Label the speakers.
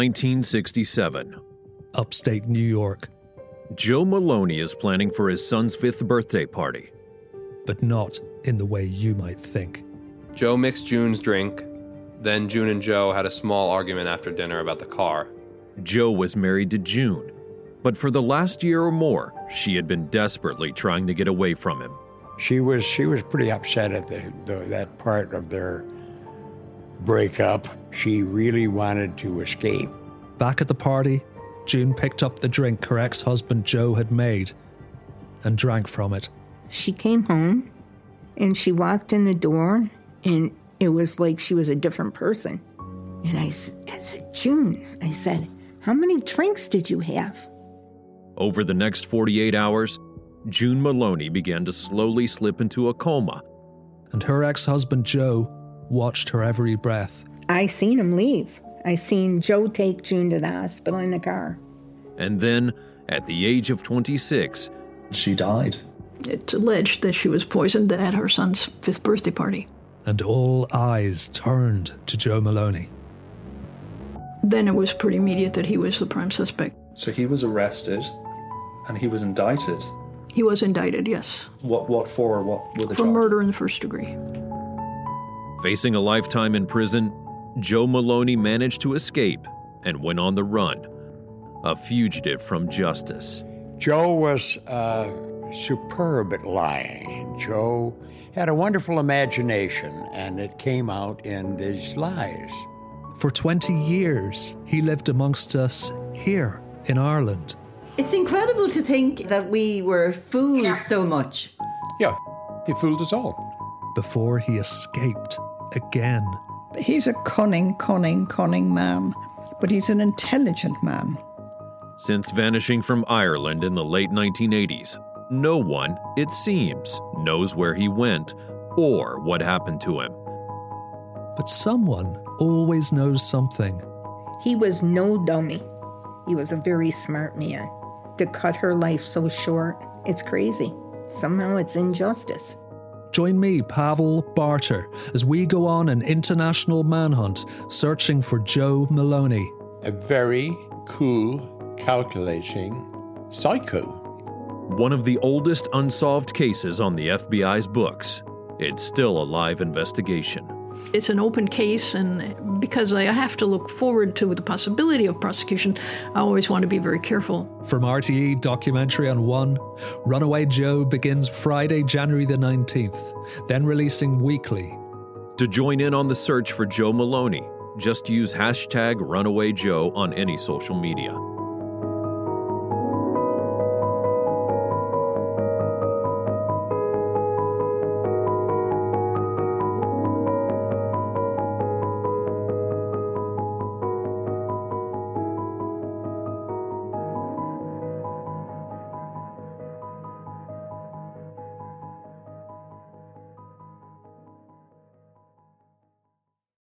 Speaker 1: 1967.
Speaker 2: upstate New York,
Speaker 1: Joe Maloney is planning for his son's fifth birthday party.
Speaker 2: but not in the way you might think.
Speaker 3: Joe mixed June's drink. Then June and Joe had a small argument after dinner about the car.
Speaker 1: Joe was married to June, but for the last year or more, she had been desperately trying to get away from him.
Speaker 4: She was she was pretty upset at the, the that part of their breakup. She really wanted to escape.
Speaker 2: Back at the party, June picked up the drink her ex husband Joe had made and drank from it.
Speaker 5: She came home and she walked in the door, and it was like she was a different person. And I, s- I said, June, I said, how many drinks did you have?
Speaker 1: Over the next 48 hours, June Maloney began to slowly slip into a coma.
Speaker 2: And her ex husband Joe watched her every breath.
Speaker 5: I seen him leave. I seen Joe take June to the hospital in the car.
Speaker 1: And then, at the age of 26,
Speaker 6: She died.
Speaker 7: It's alleged that she was poisoned at her son's fifth birthday party.
Speaker 2: And all eyes turned to Joe Maloney.
Speaker 7: Then it was pretty immediate that he was the prime suspect.
Speaker 6: So he was arrested and he was indicted.
Speaker 7: He was indicted, yes,
Speaker 6: What what for or what were the
Speaker 7: for
Speaker 6: charges?
Speaker 7: murder in the first degree.
Speaker 1: facing a lifetime in prison, Joe Maloney managed to escape and went on the run, a fugitive from justice.
Speaker 4: Joe was uh, superb at lying. Joe had a wonderful imagination, and it came out in these lies.
Speaker 2: For 20 years, he lived amongst us here in Ireland.
Speaker 8: It's incredible to think that we were fooled so much.
Speaker 9: Yeah, he fooled us all.
Speaker 2: before he escaped again.
Speaker 10: He's a cunning, cunning, cunning man, but he's an intelligent man.
Speaker 1: Since vanishing from Ireland in the late 1980s, no one, it seems, knows where he went or what happened to him.
Speaker 2: But someone always knows something.
Speaker 5: He was no dummy. He was a very smart man. To cut her life so short, it's crazy. Somehow it's injustice.
Speaker 2: Join me, Pavel Barter, as we go on an international manhunt searching for Joe Maloney.
Speaker 9: A very cool, calculating psycho.
Speaker 1: One of the oldest unsolved cases on the FBI's books. It's still a live investigation.
Speaker 7: It's an open case, and because I have to look forward to the possibility of prosecution, I always want to be very careful.
Speaker 2: From RTE Documentary on One, Runaway Joe begins Friday, January the 19th, then releasing weekly.
Speaker 1: To join in on the search for Joe Maloney, just use hashtag runawayjoe on any social media.